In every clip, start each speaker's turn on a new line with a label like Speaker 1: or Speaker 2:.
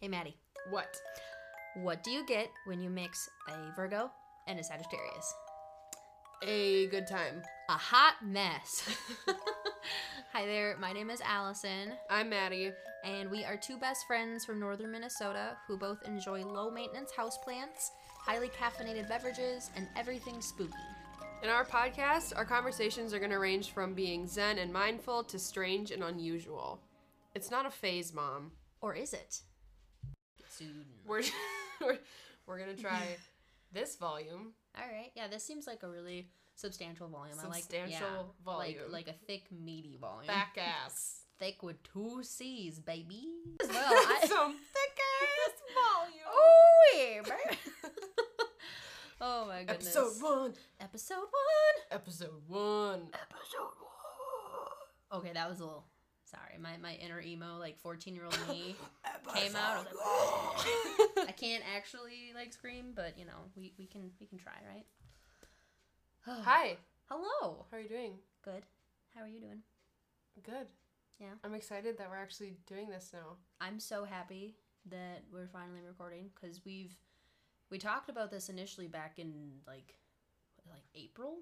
Speaker 1: Hey, Maddie.
Speaker 2: What?
Speaker 1: What do you get when you mix a Virgo and a Sagittarius?
Speaker 2: A good time.
Speaker 1: A hot mess. Hi there, my name is Allison,
Speaker 2: I'm Maddie.
Speaker 1: and we are two best friends from northern Minnesota who both enjoy low maintenance houseplants, highly caffeinated beverages, and everything spooky.
Speaker 2: In our podcast, our conversations are going to range from being zen and mindful to strange and unusual. It's not a phase, Mom.
Speaker 1: Or is it? Soon.
Speaker 2: We're we're, we're going to try this volume.
Speaker 1: All right. Yeah, this seems like a really substantial volume. I like yeah,
Speaker 2: Substantial volume.
Speaker 1: Like, like a thick, meaty volume.
Speaker 2: Back ass.
Speaker 1: thick with two C's, baby. As well. I-
Speaker 2: Some thick ass volume.
Speaker 1: oh, yeah, baby. oh my goodness.
Speaker 2: Episode one.
Speaker 1: Episode one.
Speaker 2: Episode one.
Speaker 1: Episode one. Okay, that was a little. Sorry, my, my inner emo, like 14 year old me came out. I, was like, I can't actually like scream, but you know, we, we can we can try, right?
Speaker 2: Hi.
Speaker 1: Hello.
Speaker 2: How are you doing?
Speaker 1: Good. How are you doing?
Speaker 2: Good.
Speaker 1: Yeah.
Speaker 2: I'm excited that we're actually doing this now.
Speaker 1: I'm so happy that we're finally recording because we've we talked about this initially back in like like April.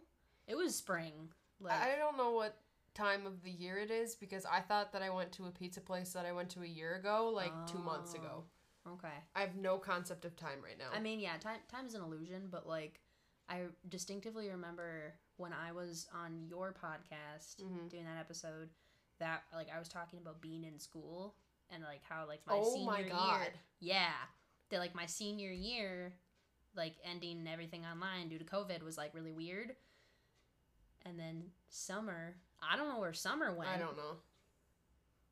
Speaker 1: It was spring. Like
Speaker 2: I don't know what time of the year it is because I thought that I went to a pizza place that I went to a year ago, like two months ago.
Speaker 1: okay.
Speaker 2: I have no concept of time right now.
Speaker 1: Oh. I mean, yeah, time time is an illusion, but like I distinctively remember when I was on your podcast
Speaker 2: Mhm.
Speaker 1: doing that episode that like I was talking about being in school and like how like my
Speaker 2: oh
Speaker 1: senior
Speaker 2: my god.
Speaker 1: year Yeah. That like my senior year, like ending everything online due to COVID was like really weird. And then summer, I don't know where summer went.
Speaker 2: I don't know.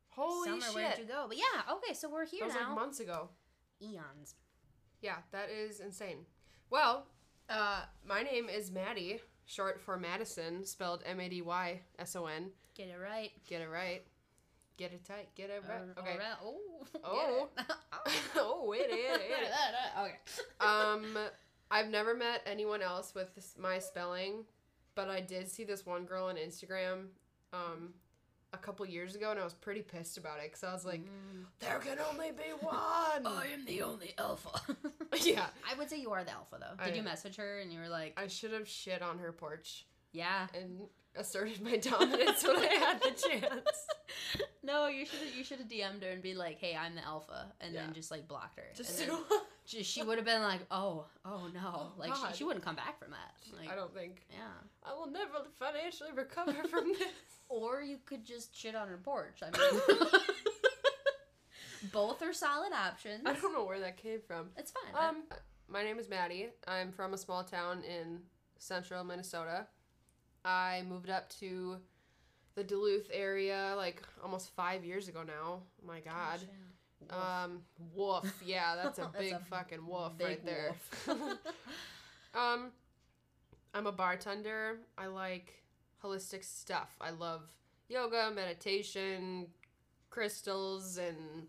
Speaker 2: Holy
Speaker 1: summer,
Speaker 2: shit.
Speaker 1: where did you go? But yeah, okay, so we're
Speaker 2: that
Speaker 1: here
Speaker 2: was
Speaker 1: now.
Speaker 2: like months ago.
Speaker 1: Eons.
Speaker 2: Yeah, that is insane. Well, uh, my name is Maddie, short for Madison, spelled M A D Y S O N.
Speaker 1: Get it right.
Speaker 2: Get it right. Get it tight. Get it right.
Speaker 1: Or- or
Speaker 2: Okay.
Speaker 1: ra- Oh. get
Speaker 2: Oh.
Speaker 1: it.
Speaker 2: oh, it is. It is.
Speaker 1: Oh. okay.
Speaker 2: um, I've never met anyone else with this, my spelling, but I did see this one girl on Instagram, um, a couple years ago, and I was pretty pissed about it because I was like,
Speaker 1: Mm. Oh,
Speaker 2: there can only be one.
Speaker 1: am the only alpha.
Speaker 2: yeah,
Speaker 1: I would say you are the alpha though.
Speaker 2: I-
Speaker 1: Did you message her and you were like,
Speaker 2: I should have shit on her porch
Speaker 1: yeah.
Speaker 2: and asserted my dominance when I had the chance.
Speaker 1: No, you should you should have DM'd her and be like, "Hey, I'm the alpha," and
Speaker 2: Yeah.
Speaker 1: then just like blocked her.
Speaker 2: Just
Speaker 1: and then
Speaker 2: so
Speaker 1: she, she would have been like, "Oh, oh no!"
Speaker 2: Oh,
Speaker 1: like
Speaker 2: God.
Speaker 1: she, she wouldn't come back from that. Like,
Speaker 2: I don't think
Speaker 1: Yeah.
Speaker 2: I will never financially recover from this.
Speaker 1: Or you could just shit on her porch. I mean, both are solid options.
Speaker 2: I don't know where that came from.
Speaker 1: It's fine. I-
Speaker 2: Um, my name is Maddie. I'm from a small town in central Minnesota. I moved up to the Duluth area like almost five years ago now. Oh my God.
Speaker 1: Gosh, yeah.
Speaker 2: Um, woof. Yeah, that's a
Speaker 1: That's
Speaker 2: big
Speaker 1: a
Speaker 2: fucking woof
Speaker 1: big
Speaker 2: right there.
Speaker 1: woof.
Speaker 2: um, I'm a bartender. I like holistic stuff. I love yoga, meditation, crystals, and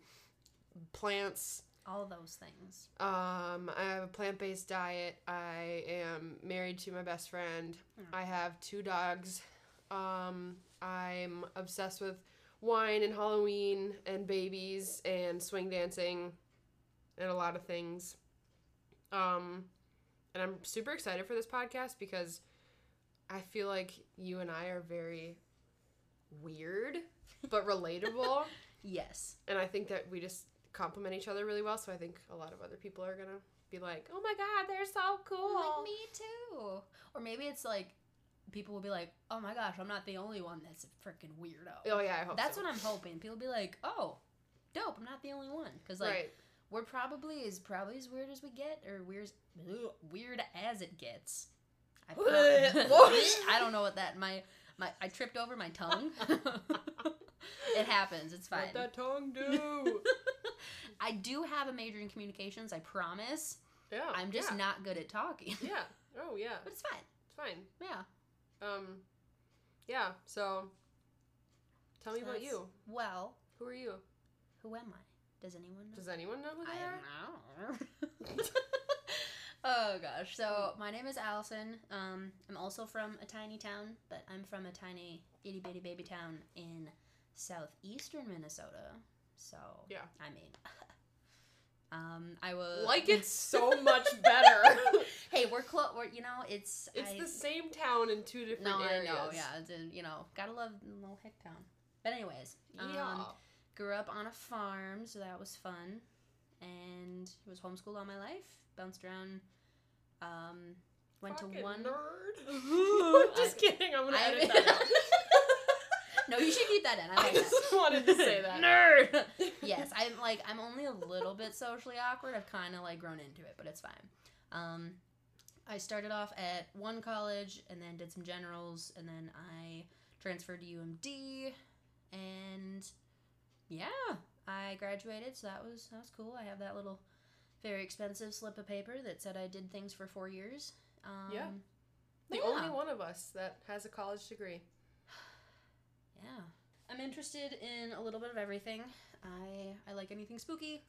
Speaker 2: plants.
Speaker 1: All those things.
Speaker 2: Um, I have a plant based diet. I am married to my best friend.
Speaker 1: Mm.
Speaker 2: I have two dogs. Um, I'm obsessed with wine and Halloween and babies and swing dancing and a lot of things. Um, and I'm super excited for this podcast because I feel like you and I are very weird but relatable.
Speaker 1: Yes.
Speaker 2: and I think that we just complement each other really well. So I think a lot of other people are gonna be like, "Oh my god, they're so cool."
Speaker 1: Like me too. Or maybe it's like people will be like, "Oh my gosh, I'm not the only one that's a freaking weirdo."
Speaker 2: Oh yeah, I hope
Speaker 1: That's
Speaker 2: so.
Speaker 1: what I'm hoping. People be like, "Oh, dope! I'm not the only one." Because like
Speaker 2: right.
Speaker 1: we're probably as probably as weird as we get, or weird as, ugh, weird as it gets. I, prob- I don't know what that my my I tripped over my tongue. it happens. It's fine.
Speaker 2: What that tongue do?
Speaker 1: I do have a major in communications. I promise.
Speaker 2: yeah,
Speaker 1: I'm just
Speaker 2: Oh, yeah.
Speaker 1: not good at talking,
Speaker 2: yeah. Oh yeah,
Speaker 1: but it's fine.
Speaker 2: it's fine.
Speaker 1: Yeah.
Speaker 2: Um, yeah. So, tell me
Speaker 1: So
Speaker 2: about
Speaker 1: that's-
Speaker 2: you.
Speaker 1: Well,
Speaker 2: Who are you?
Speaker 1: who am I? Does anyone know?
Speaker 2: Does anyone know who they are?
Speaker 1: I don't know. oh gosh. So my name is Allison. Um, I'm also from a tiny town, but I'm from a tiny itty bitty baby town in southeastern Minnesota. So
Speaker 2: Yeah.
Speaker 1: I mean, Um, I was
Speaker 2: Like it so much better.
Speaker 1: Hey, we're close. We're, you know, it's
Speaker 2: it's
Speaker 1: I-
Speaker 2: the same town in two different
Speaker 1: no,
Speaker 2: areas.
Speaker 1: I know. Yeah, it's in, you know, gotta love little hick town. But anyways, um,
Speaker 2: Yeah.
Speaker 1: grew up on a farm, so that was fun, and was homeschooled all my life. Bounced around. Um, went
Speaker 2: Fucking
Speaker 1: to one.
Speaker 2: nerd. just kidding. I'm gonna
Speaker 1: I-
Speaker 2: edit that out.
Speaker 1: no, you should keep that in. I
Speaker 2: I
Speaker 1: like that.
Speaker 2: just wanted to say that.
Speaker 1: Nerd. yes, I'm like I'm only a little bit socially awkward. I've kind of like grown into it, but it's fine. Um, I started off at one college and then did some generals, and then I transferred to UMD, and yeah, I graduated. So that was that was cool. I have that little very expensive slip of paper that said I did things for four years. Um,
Speaker 2: Yeah. The
Speaker 1: yeah.
Speaker 2: only one of us that has a college degree.
Speaker 1: Yeah. I'm interested in a little bit of everything. I I like anything spooky,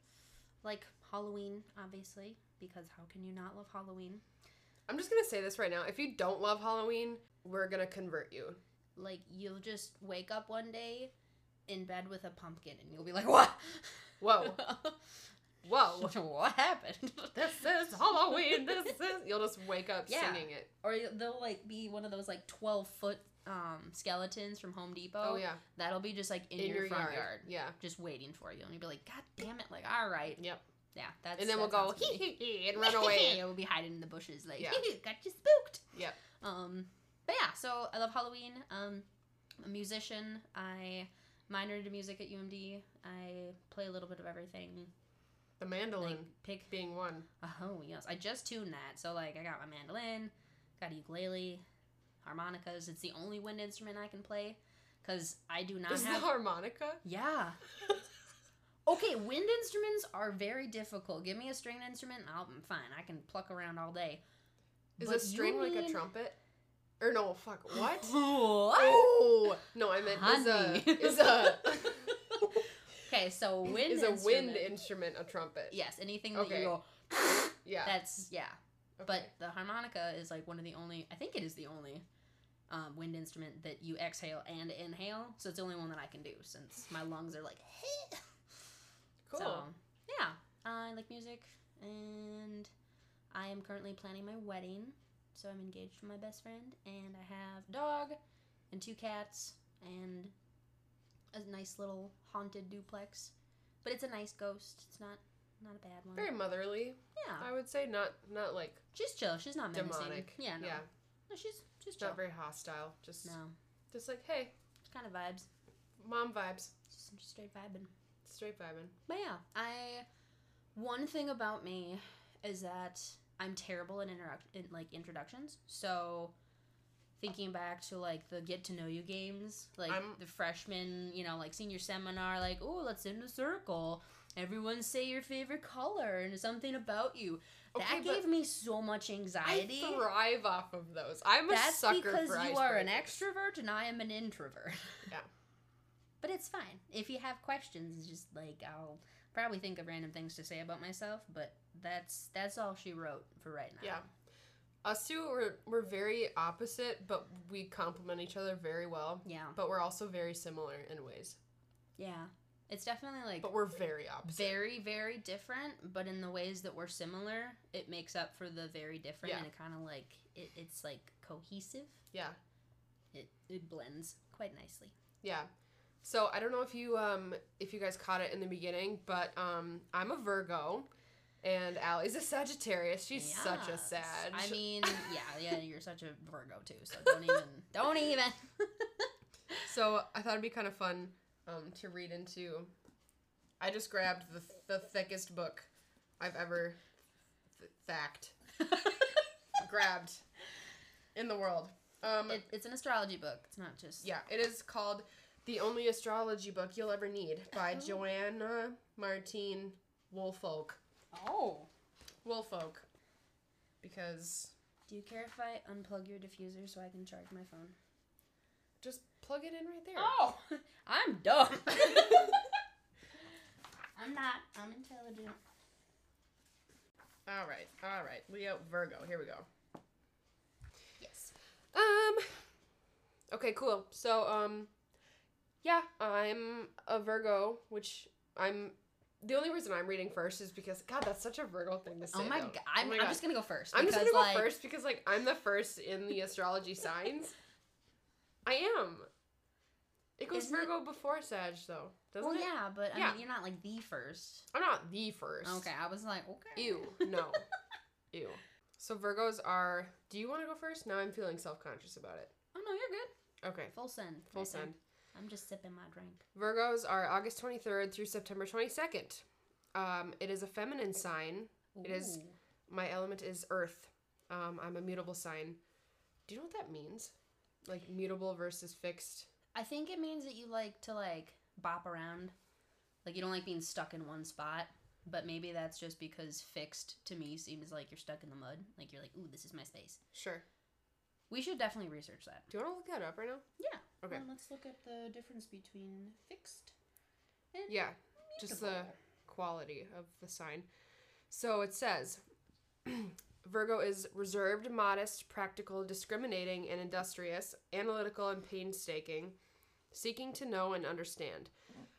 Speaker 1: like Halloween, obviously, because how can you not love Halloween?
Speaker 2: I'm just gonna say this right now. If you don't love Halloween, we're gonna convert you.
Speaker 1: Like you'll just wake up one day in bed with a pumpkin and you'll be like, "What?
Speaker 2: Whoa, whoa.
Speaker 1: what happened?"
Speaker 2: This is Halloween. This is. You'll just wake up
Speaker 1: Yeah.
Speaker 2: singing it.
Speaker 1: or they'll like be one of those like 12 foot um skeletons from Home Depot.
Speaker 2: Oh, yeah,
Speaker 1: That'll be just like in, your, front yard.
Speaker 2: Yeah.
Speaker 1: Just waiting for you, and you'll be like, "God damn it!" Like, all right,
Speaker 2: Yep.
Speaker 1: yeah, that's.
Speaker 2: and then we'll
Speaker 1: that
Speaker 2: go
Speaker 1: sounds
Speaker 2: hee
Speaker 1: good.
Speaker 2: hee hee and run away.
Speaker 1: yeah, we'll be hiding in the bushes, like
Speaker 2: Yeah.
Speaker 1: got you spooked.
Speaker 2: Yep.
Speaker 1: Um, but yeah, so I love Halloween. Um, I'm a musician. I minored in music at UMD. I play a little bit of everything.
Speaker 2: the mandolin
Speaker 1: Like pick.
Speaker 2: being one.
Speaker 1: Oh yes, I just tuned that. So like, I got my mandolin, got a ukulele, harmonicas. It's the only wind instrument I can play, cause I do not
Speaker 2: Is
Speaker 1: have.
Speaker 2: the harmonica?
Speaker 1: Yeah. Okay, wind instruments are very difficult. Give me a stringed instrument, and I'll- I'm fine. I can pluck around all day.
Speaker 2: Is
Speaker 1: But
Speaker 2: a string
Speaker 1: you
Speaker 2: like a
Speaker 1: need-
Speaker 2: trumpet? Or no, fuck. What?
Speaker 1: What?
Speaker 2: oh no, I meant
Speaker 1: Honey.
Speaker 2: is a is a
Speaker 1: Okay, so wind
Speaker 2: is a
Speaker 1: instrument-
Speaker 2: wind instrument a trumpet?
Speaker 1: Yes, anything that
Speaker 2: Okay.
Speaker 1: you go.
Speaker 2: Yeah.
Speaker 1: That's yeah. But
Speaker 2: okay.
Speaker 1: the harmonica is like one of the only. I think it is the only um, wind instrument that you exhale and inhale. So it's the only one that I can do since my lungs are like.
Speaker 2: cool.
Speaker 1: So yeah, I like music, and I am currently planning my wedding. So I'm engaged to my best friend, and I have a dog, and two cats, and a nice little haunted duplex. But it's a nice ghost. It's not not a bad one.
Speaker 2: Very motherly.
Speaker 1: um, yeah,
Speaker 2: I would say not not like
Speaker 1: she's chill. She's not menacing.
Speaker 2: demonic.
Speaker 1: Yeah, no,
Speaker 2: yeah.
Speaker 1: no, she's she's
Speaker 2: It's
Speaker 1: chill.
Speaker 2: not very hostile. Just
Speaker 1: no,
Speaker 2: just like hey,
Speaker 1: it's kind of vibes.
Speaker 2: mom vibes,
Speaker 1: Just some straight vibing.
Speaker 2: straight vibing.
Speaker 1: But yeah, I one thing about me is that I'm terrible at interact in, like introductions. So thinking back to like the get to know you games, like
Speaker 2: I'm-
Speaker 1: the freshman, you know, like senior seminar, like oh let's in a circle. Everyone say your favorite color and something about you.
Speaker 2: Okay,
Speaker 1: that
Speaker 2: but
Speaker 1: gave me so much
Speaker 2: I
Speaker 1: anxiety.
Speaker 2: thrive off of those. I'm a
Speaker 1: That's
Speaker 2: sucker
Speaker 1: because
Speaker 2: for
Speaker 1: you are an
Speaker 2: icebreakers.
Speaker 1: extrovert and I am an introvert.
Speaker 2: Yeah.
Speaker 1: But it's fine. If you have questions, it's just like I'll probably think of random things to say about myself, but that's that's all she wrote for right now.
Speaker 2: Yeah. Us two we're, we're very opposite, but we complement each other very well.
Speaker 1: Yeah.
Speaker 2: But we're also very similar in ways.
Speaker 1: Yeah. It's definitely like
Speaker 2: But we're very opposite.
Speaker 1: very, very different, but in the ways that we're similar, it makes up for the very different
Speaker 2: Yeah.
Speaker 1: and it kinda like it, it's like cohesive.
Speaker 2: yeah.
Speaker 1: It it blends quite nicely.
Speaker 2: Yeah. So I don't know if you um if you guys caught it in the beginning, but um I'm a Virgo and Allie's a Sagittarius. She's such a
Speaker 1: Yes.
Speaker 2: Sag.
Speaker 1: I mean, yeah, yeah, you're such a Virgo too, so don't even don't even
Speaker 2: so I thought it'd be kind of fun um to read into. I just grabbed the the thickest book I've ever th- thacked. grabbed in the world. Um,
Speaker 1: it, it's an astrology book. It's not just
Speaker 2: yeah, it is called "The Only Astrology Book You'll Ever Need" by
Speaker 1: Oh.
Speaker 2: Joanna Martine Woolfolk.
Speaker 1: Oh.
Speaker 2: Woolfolk, because
Speaker 1: Do you care if I unplug your diffuser so I can charge my phone?
Speaker 2: just plug it in right there.
Speaker 1: Oh, I'm dumb. I'm not. I'm intelligent.
Speaker 2: All right, all right, Leo Virgo. Here we go.
Speaker 1: Yes.
Speaker 2: Um. Okay, cool. So, um, yeah, I'm a Virgo, which I'm the only reason I'm reading first is because God, that's such a Virgo thing to say.
Speaker 1: Oh my,
Speaker 2: though.
Speaker 1: god, I'm,
Speaker 2: Oh my
Speaker 1: I'm
Speaker 2: God.
Speaker 1: just gonna go first.
Speaker 2: I'm just gonna go
Speaker 1: like,
Speaker 2: first because like I'm the first in the astrology signs. I am. It goes
Speaker 1: Isn't it-
Speaker 2: Virgo before Sag though, doesn't
Speaker 1: Well,
Speaker 2: it?
Speaker 1: yeah, but I
Speaker 2: Yeah.
Speaker 1: mean, you're not like the first.
Speaker 2: I'm not the first.
Speaker 1: Okay, I was like, okay. Oh,
Speaker 2: Ew. No. Ew. So Virgos are. Do you want to go first? Now I'm feeling self conscious about it.
Speaker 1: Oh no, you're good.
Speaker 2: Okay.
Speaker 1: Full send.
Speaker 2: Full
Speaker 1: right there.
Speaker 2: send.
Speaker 1: I'm just sipping my drink.
Speaker 2: Virgos are August 23rd through September 22nd. Um, it is a feminine sign. It is-
Speaker 1: Ooh.
Speaker 2: My element is Earth. Um, I'm a mutable sign. Do you know what that means? Like mutable versus fixed.
Speaker 1: I think it means that you like to like bop around. Like you don't like being stuck in one spot. But maybe that's just because fixed to me seems like you're stuck in the mud. Like you're like, ooh, this is my space.
Speaker 2: Sure.
Speaker 1: We should definitely research that.
Speaker 2: Do you want to look that up right now?
Speaker 1: Yeah.
Speaker 2: Okay.
Speaker 1: Well, let's look at the difference between fixed and
Speaker 2: Yeah. Just the
Speaker 1: mutable.
Speaker 2: quality of the sign. So it says Virgo is reserved, modest, practical, discriminating, and industrious, analytical, and painstaking, seeking to know and understand.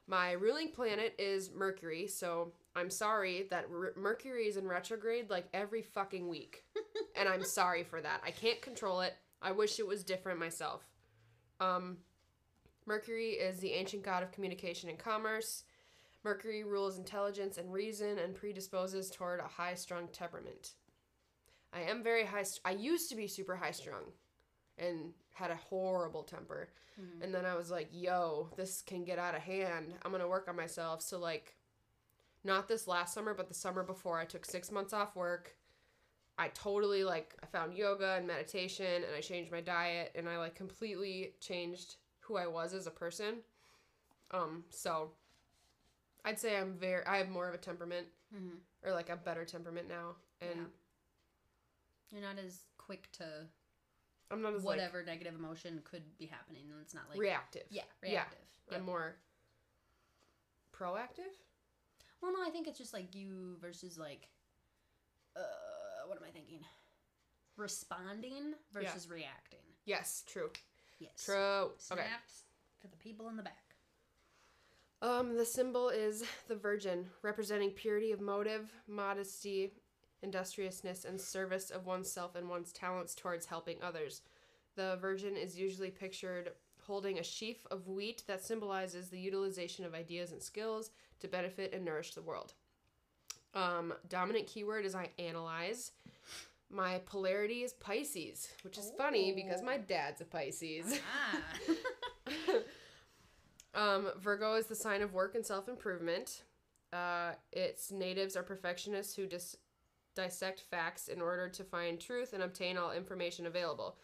Speaker 2: My ruling planet is Mercury, so I'm sorry that r- Mercury is in retrograde like every fucking week. and I'm sorry for that. I can't control it. I wish it was different myself. Um, Mercury is the ancient god of communication and commerce. Mercury rules intelligence and reason and predisposes toward a high strung temperament. I am very high. St- I used to be super high strung and had a horrible temper.
Speaker 1: Mhm.
Speaker 2: And then I was like, yo, this can get out of hand. I'm going to work on myself. So, like, not this last summer, but the summer before, I took six months off work. I totally like I found yoga and meditation and I changed my diet and I like completely changed who I was as a person. Um so I'd say I'm very I have more of a temperament
Speaker 1: Mhm.
Speaker 2: or like a better temperament now and
Speaker 1: Yeah. You're not as quick to
Speaker 2: I'm not as like
Speaker 1: whatever negative emotion could be happening, and it's not like
Speaker 2: reactive.
Speaker 1: yeah,
Speaker 2: Yeah.
Speaker 1: reactive. Yeah.
Speaker 2: I'm more proactive.
Speaker 1: Well, no, I think it's just like you versus like, uh, what am I thinking? Responding versus reacting.
Speaker 2: Yes, true.
Speaker 1: Yes.
Speaker 2: True.
Speaker 1: Snaps
Speaker 2: Okay.
Speaker 1: for the people in the back.
Speaker 2: Um, the symbol is the Virgin, representing purity of motive, modesty, industriousness, and service of oneself and one's talents towards helping others. The Virgin is usually pictured holding a sheaf of wheat that symbolizes the utilization of ideas and skills to benefit and nourish the world. Um, dominant keyword is I analyze. My polarity is Pisces, which is funny because my dad's a Pisces.
Speaker 1: Ah.
Speaker 2: Um, Virgo is the sign of work and self improvement. Uh, its natives are perfectionists who dis- dissect facts in order to find truth and obtain all information available.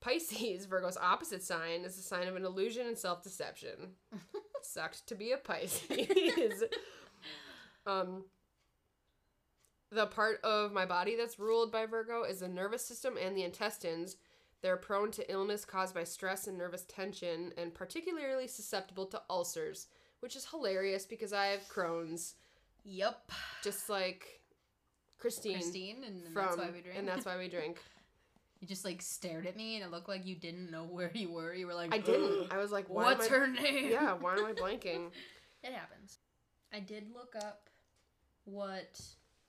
Speaker 2: Pisces, Virgo's opposite sign, is the sign of an illusion and self deception. Sucked to be a Pisces. um, the part of my body that's ruled by Virgo is the nervous system and the intestines. They're prone to illness caused by stress and nervous tension, and particularly susceptible to ulcers, which is hilarious because I have Crohn's,
Speaker 1: yep.
Speaker 2: just like Christine,
Speaker 1: Christine, and then
Speaker 2: from,
Speaker 1: that's why we drink.
Speaker 2: and that's why we drink.
Speaker 1: you just like stared at me, and it looked like you didn't know where you were. You were like,
Speaker 2: I didn't. I was like, why
Speaker 1: What's
Speaker 2: am I,
Speaker 1: her name?
Speaker 2: Yeah, why am I blanking?
Speaker 1: It happens. I did look up what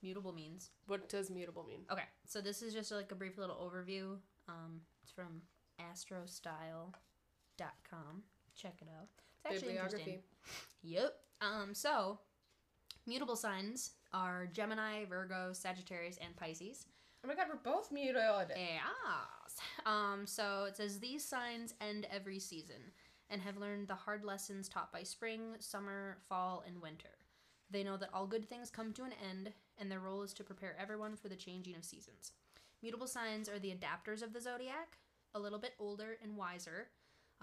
Speaker 1: mutable means.
Speaker 2: What does mutable mean?
Speaker 1: Okay, so this is just like a brief little overview. Um, it's from astrostyle.com. Check it out. It's actually interesting.
Speaker 2: Bibliography.
Speaker 1: Yep. Um, so mutable signs are Gemini, Virgo, Sagittarius, and Pisces.
Speaker 2: Oh my god, we're both mutable.
Speaker 1: Yes. Um, so it says these signs end every season and have learned the hard lessons taught by spring, summer, fall, and winter. They know that all good things come to an end, and their role is to prepare everyone for the changing of seasons. Mutable signs are the adapters of the zodiac, a little bit older and wiser,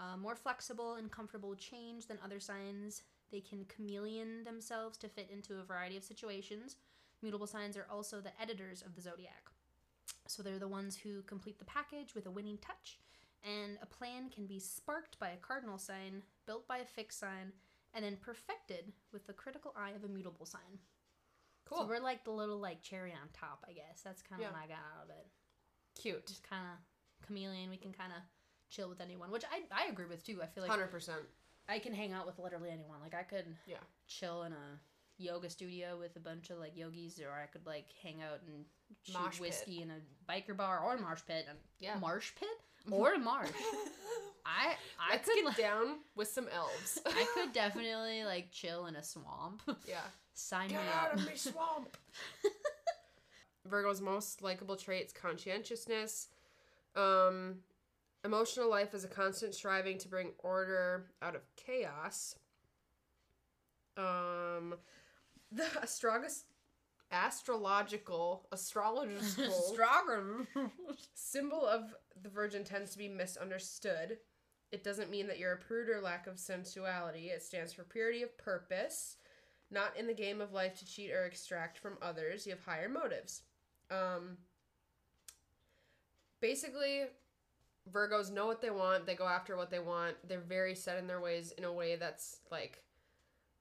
Speaker 1: uh, more flexible and comfortable with change than other signs. They can chameleon themselves to fit into a variety of situations. Mutable signs are also the editors of the zodiac. So they're the ones who complete the package with a winning touch, and a plan can be sparked by a cardinal sign, built by a fixed sign, and then perfected with the critical eye of a mutable sign. So
Speaker 2: Cool.
Speaker 1: we're like the little like cherry on top, I guess. That's kind of
Speaker 2: Yeah.
Speaker 1: what I got out of it.
Speaker 2: Cute.
Speaker 1: Just kind of chameleon. We can kind of chill with anyone, which I I agree with too. I feel like
Speaker 2: Hundred percent.
Speaker 1: I can hang out with literally anyone. Like I could
Speaker 2: Yeah.
Speaker 1: chill in a yoga studio with a bunch of like yogis, or I could like hang out and shoot
Speaker 2: Mosh pit.
Speaker 1: whiskey in a biker bar or marsh pit. Um,
Speaker 2: Yeah. Mm-hmm.
Speaker 1: marsh pit or a marsh. I I
Speaker 2: Let's
Speaker 1: could
Speaker 2: get
Speaker 1: like,
Speaker 2: down with some elves.
Speaker 1: I could definitely like chill in a swamp.
Speaker 2: yeah.
Speaker 1: Sign
Speaker 2: Get
Speaker 1: me
Speaker 2: out
Speaker 1: up.
Speaker 2: of me swamp. Virgo's most likable traits: conscientiousness, um, emotional life is a constant striving to bring order out of chaos. Um, the astrologist, astrological, astrological
Speaker 1: Stronger.
Speaker 2: symbol of the virgin tends to be misunderstood. It doesn't mean that you're a prude or lack of sensuality. It stands for purity of purpose, not in the game of life to cheat or extract from others. You have higher motives. Um, basically, Virgos know what they want. They go after what they want. They're very set in their ways in a way that's like,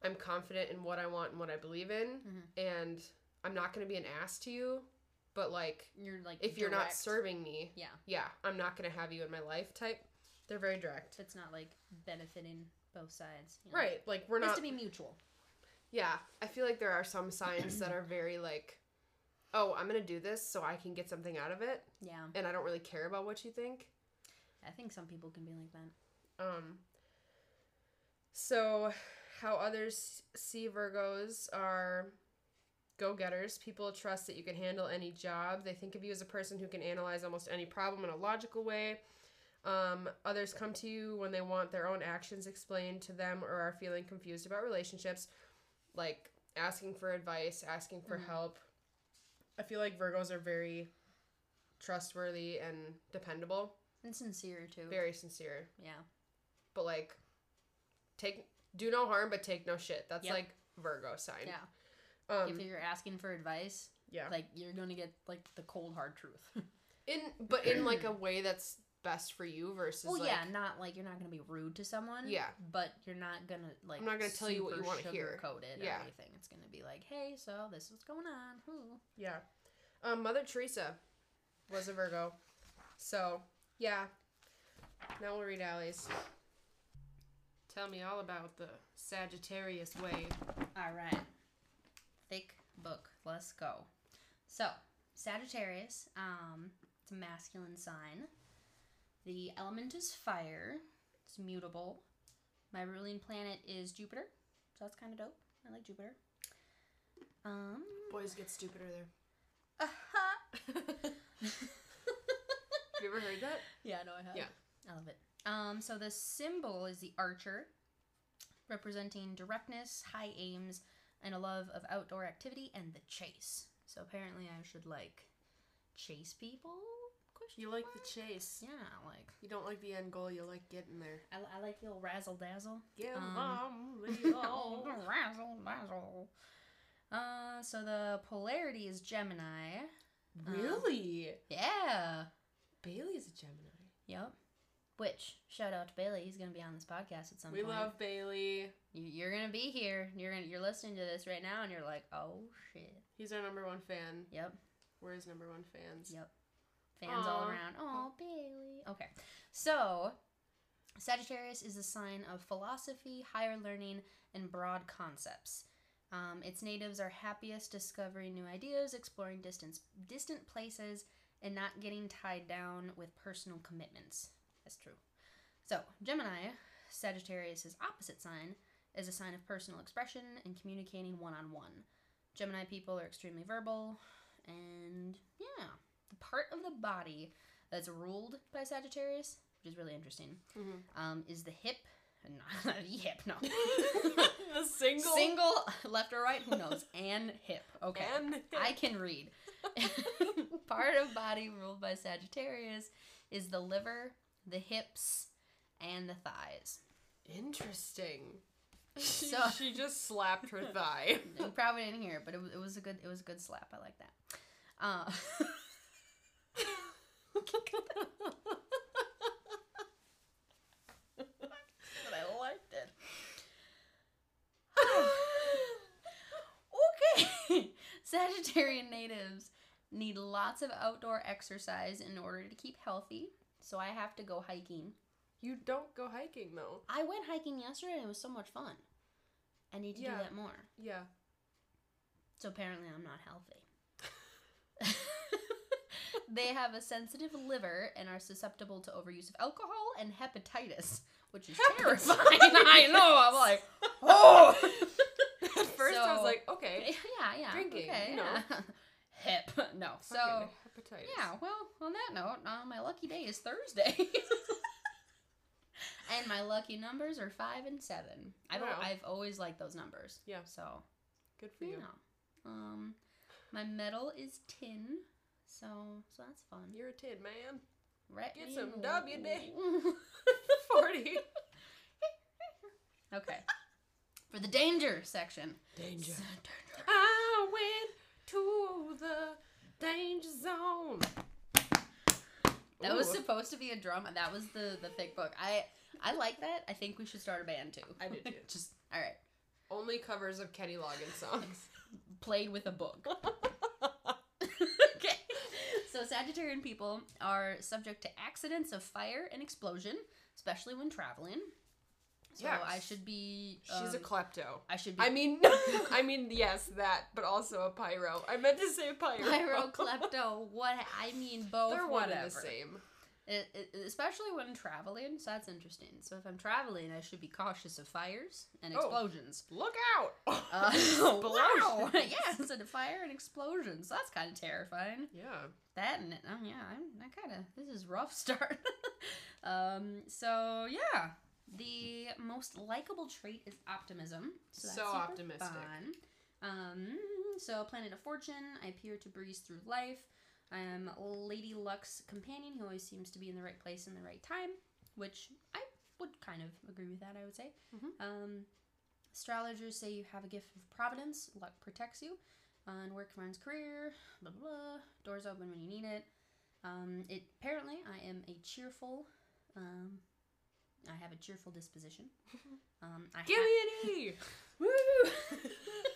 Speaker 2: I'm confident in what I want and what I believe in,
Speaker 1: Mhm.
Speaker 2: and I'm not going to be an ass to you, but like,
Speaker 1: You're like
Speaker 2: if you're not
Speaker 1: direct.
Speaker 2: serving me,
Speaker 1: Yeah.
Speaker 2: yeah, I'm not gonna have you in my life type. They're very direct.
Speaker 1: If it's not like benefiting both sides. you know.
Speaker 2: Right. Like we're
Speaker 1: It has
Speaker 2: not
Speaker 1: to be mutual.
Speaker 2: Yeah. I feel like there are some signs that are very like, Oh, I'm gonna do this so I can get something out of it
Speaker 1: Yeah.
Speaker 2: and I don't really care about what you think.
Speaker 1: I think some people can be like that.
Speaker 2: Um so how others see Virgos are go getters. People trust that you can handle any job. They think of you as a person who can analyze almost any problem in a logical way. Um, others come to you when they want their own actions explained to them or are feeling confused about relationships, like asking for advice, asking for
Speaker 1: Mhm.
Speaker 2: help. I feel like Virgos are very trustworthy and dependable,
Speaker 1: And sincere too.
Speaker 2: very sincere,
Speaker 1: Yeah.
Speaker 2: but like take do no harm but take no shit. That's
Speaker 1: Yep.
Speaker 2: like Virgo sign.
Speaker 1: Yeah.
Speaker 2: Um,
Speaker 1: if you're asking for advice,
Speaker 2: yeah.
Speaker 1: like you're gonna get like the cold hard truth.
Speaker 2: In but in like a way that's best for you versus
Speaker 1: well,
Speaker 2: like
Speaker 1: yeah, not like you're not gonna be rude to someone.
Speaker 2: Yeah.
Speaker 1: But you're not gonna like.
Speaker 2: I'm not gonna tell you what you
Speaker 1: super
Speaker 2: wanna hear.
Speaker 1: sugarcoat it
Speaker 2: Yeah.
Speaker 1: or anything. It's gonna be like, hey, so this is what's going on. Who?
Speaker 2: Yeah. Um, Mother Teresa was a Virgo. So, yeah. Now we'll read Allie's. Tell me all about the Sagittarius way.
Speaker 1: All right. Thick book. Let's go. So, Sagittarius, um, it's a masculine sign. The element is fire. It's mutable. My ruling planet is Jupiter. So that's kind of dope. I like Jupiter. Um,
Speaker 2: Boys get stupider there.
Speaker 1: uh-huh.
Speaker 2: Have you ever heard that?
Speaker 1: Yeah, no, I have.
Speaker 2: Yeah.
Speaker 1: I love it. Um, so the symbol is the archer, representing directness, high aims, and a love of outdoor activity and the chase. So apparently, I should like chase people. Question mark?
Speaker 2: chase.
Speaker 1: Yeah, like
Speaker 2: You don't like the end goal, you like getting there.
Speaker 1: I, I like the old razzle dazzle.
Speaker 2: Yeah,
Speaker 1: Um,
Speaker 2: mom.
Speaker 1: Oh, razzle dazzle. Uh, so the polarity is Gemini.
Speaker 2: really?
Speaker 1: Yeah.
Speaker 2: Bailey's a Gemini.
Speaker 1: Yep. Which shout out to Bailey. He's gonna be on this podcast at some
Speaker 2: We
Speaker 1: point.
Speaker 2: love Bailey.
Speaker 1: You- You're gonna be here. You're gonna you're listening to this right now, and you're like, oh shit.
Speaker 2: He's our number one fan.
Speaker 1: Yep,
Speaker 2: We're his number one fans.
Speaker 1: yep. Fans all
Speaker 2: Aw.
Speaker 1: around. Oh, Bailey. Okay, so Sagittarius is a sign of philosophy, higher learning, and broad concepts. Um, its natives are happiest discovering new ideas, exploring distance distant places, and not getting tied down with personal commitments. That's true. So, Gemini, Sagittarius' opposite sign, is a sign of personal expression and communicating one on one. Gemini people are extremely verbal, and yeah, the part of the body that's ruled by Sagittarius, which is really interesting,
Speaker 2: Mhm.
Speaker 1: um, is the hip. Not the hip, no.
Speaker 2: a Mm-hmm. single,
Speaker 1: Single, left or right, who knows? And hip. Okay.
Speaker 2: and
Speaker 1: I can read. Part of body ruled by Sagittarius is the liver, the hips, and the thighs.
Speaker 2: Interesting. She,
Speaker 1: So-
Speaker 2: she just slapped her thigh.
Speaker 1: You probably didn't hear it, but it, wa- it was a good it was a good slap. I like that. Uh, but I liked it. okay. Sagittarian natives need lots of outdoor exercise in order to keep healthy. So I have to go hiking.
Speaker 2: you don't go hiking though.
Speaker 1: I went hiking yesterday and it was so much fun. I need to
Speaker 2: Yeah.
Speaker 1: do that more.
Speaker 2: Yeah.
Speaker 1: So apparently, I'm not healthy. they have a sensitive liver and are susceptible to overuse of alcohol and hepatitis, which is terrifying. I know. I'm like,
Speaker 2: oh. At first, I
Speaker 1: So-
Speaker 2: was like, okay.
Speaker 1: yeah, yeah,
Speaker 2: Drinking,
Speaker 1: okay,
Speaker 2: no.
Speaker 1: yeah. Hip, no. So.
Speaker 2: fucking hepatitis.
Speaker 1: Yeah, well, on that note, uh, my lucky day is Thursday. and my lucky numbers are 5 and 7. I've, al-
Speaker 2: Wow.
Speaker 1: I've always liked those numbers.
Speaker 2: Yeah.
Speaker 1: So,
Speaker 2: Good for
Speaker 1: you
Speaker 2: you.
Speaker 1: know. Um, my metal is tin. So, so that's fun.
Speaker 2: You're a tin man.
Speaker 1: Right?
Speaker 2: Get some WD. 40.
Speaker 1: okay. For the danger section.
Speaker 2: Danger.
Speaker 1: Danger.
Speaker 2: I went to the danger zone.
Speaker 1: That was
Speaker 2: Ooh.
Speaker 1: supposed to be a drum. That was the the thick book. I I like that. I think we should start a band too.
Speaker 2: I do too.
Speaker 1: Just all right.
Speaker 2: only covers of Kenny Loggins songs.
Speaker 1: Played with a book. okay. So Sagittarian people are subject to accidents of fire and explosion, especially when traveling. So
Speaker 2: Yes.
Speaker 1: I should be.
Speaker 2: She's a
Speaker 1: um,
Speaker 2: klepto.
Speaker 1: I should be.
Speaker 2: I mean, I mean, yes, that, but also a pyro. I meant to say pyro.
Speaker 1: Pyro, klepto, what? I mean, both.
Speaker 2: They're one
Speaker 1: whatever.
Speaker 2: and the same.
Speaker 1: E- e- especially when traveling, so that's interesting. So if I'm traveling, I should be cautious of fires and
Speaker 2: Oh.
Speaker 1: explosions.
Speaker 2: Look out!
Speaker 1: Uh, wow.
Speaker 2: Explosions.
Speaker 1: yeah, it's a fire and explosions. That's kind of terrifying.
Speaker 2: Yeah.
Speaker 1: That and um, yeah, I'm, I kind of this is rough start. um, so yeah, the most likable trait is optimism. So, that's
Speaker 2: So
Speaker 1: super
Speaker 2: optimistic.
Speaker 1: Fun. Um, so Planet of Fortune, I appear to breeze through life. I'm Lady Luck's companion who always seems to be in the right place in the right time, which I would kind of agree with that. I would say.
Speaker 2: Mhm.
Speaker 1: Um, astrologers say you have a gift of providence. Luck protects you. On work finds career, blah, blah blah. Doors open when you need it. Um, it apparently I am a cheerful. Um, I have a cheerful disposition. Um, I
Speaker 2: Give
Speaker 1: ha-
Speaker 2: me an E.
Speaker 1: Woo!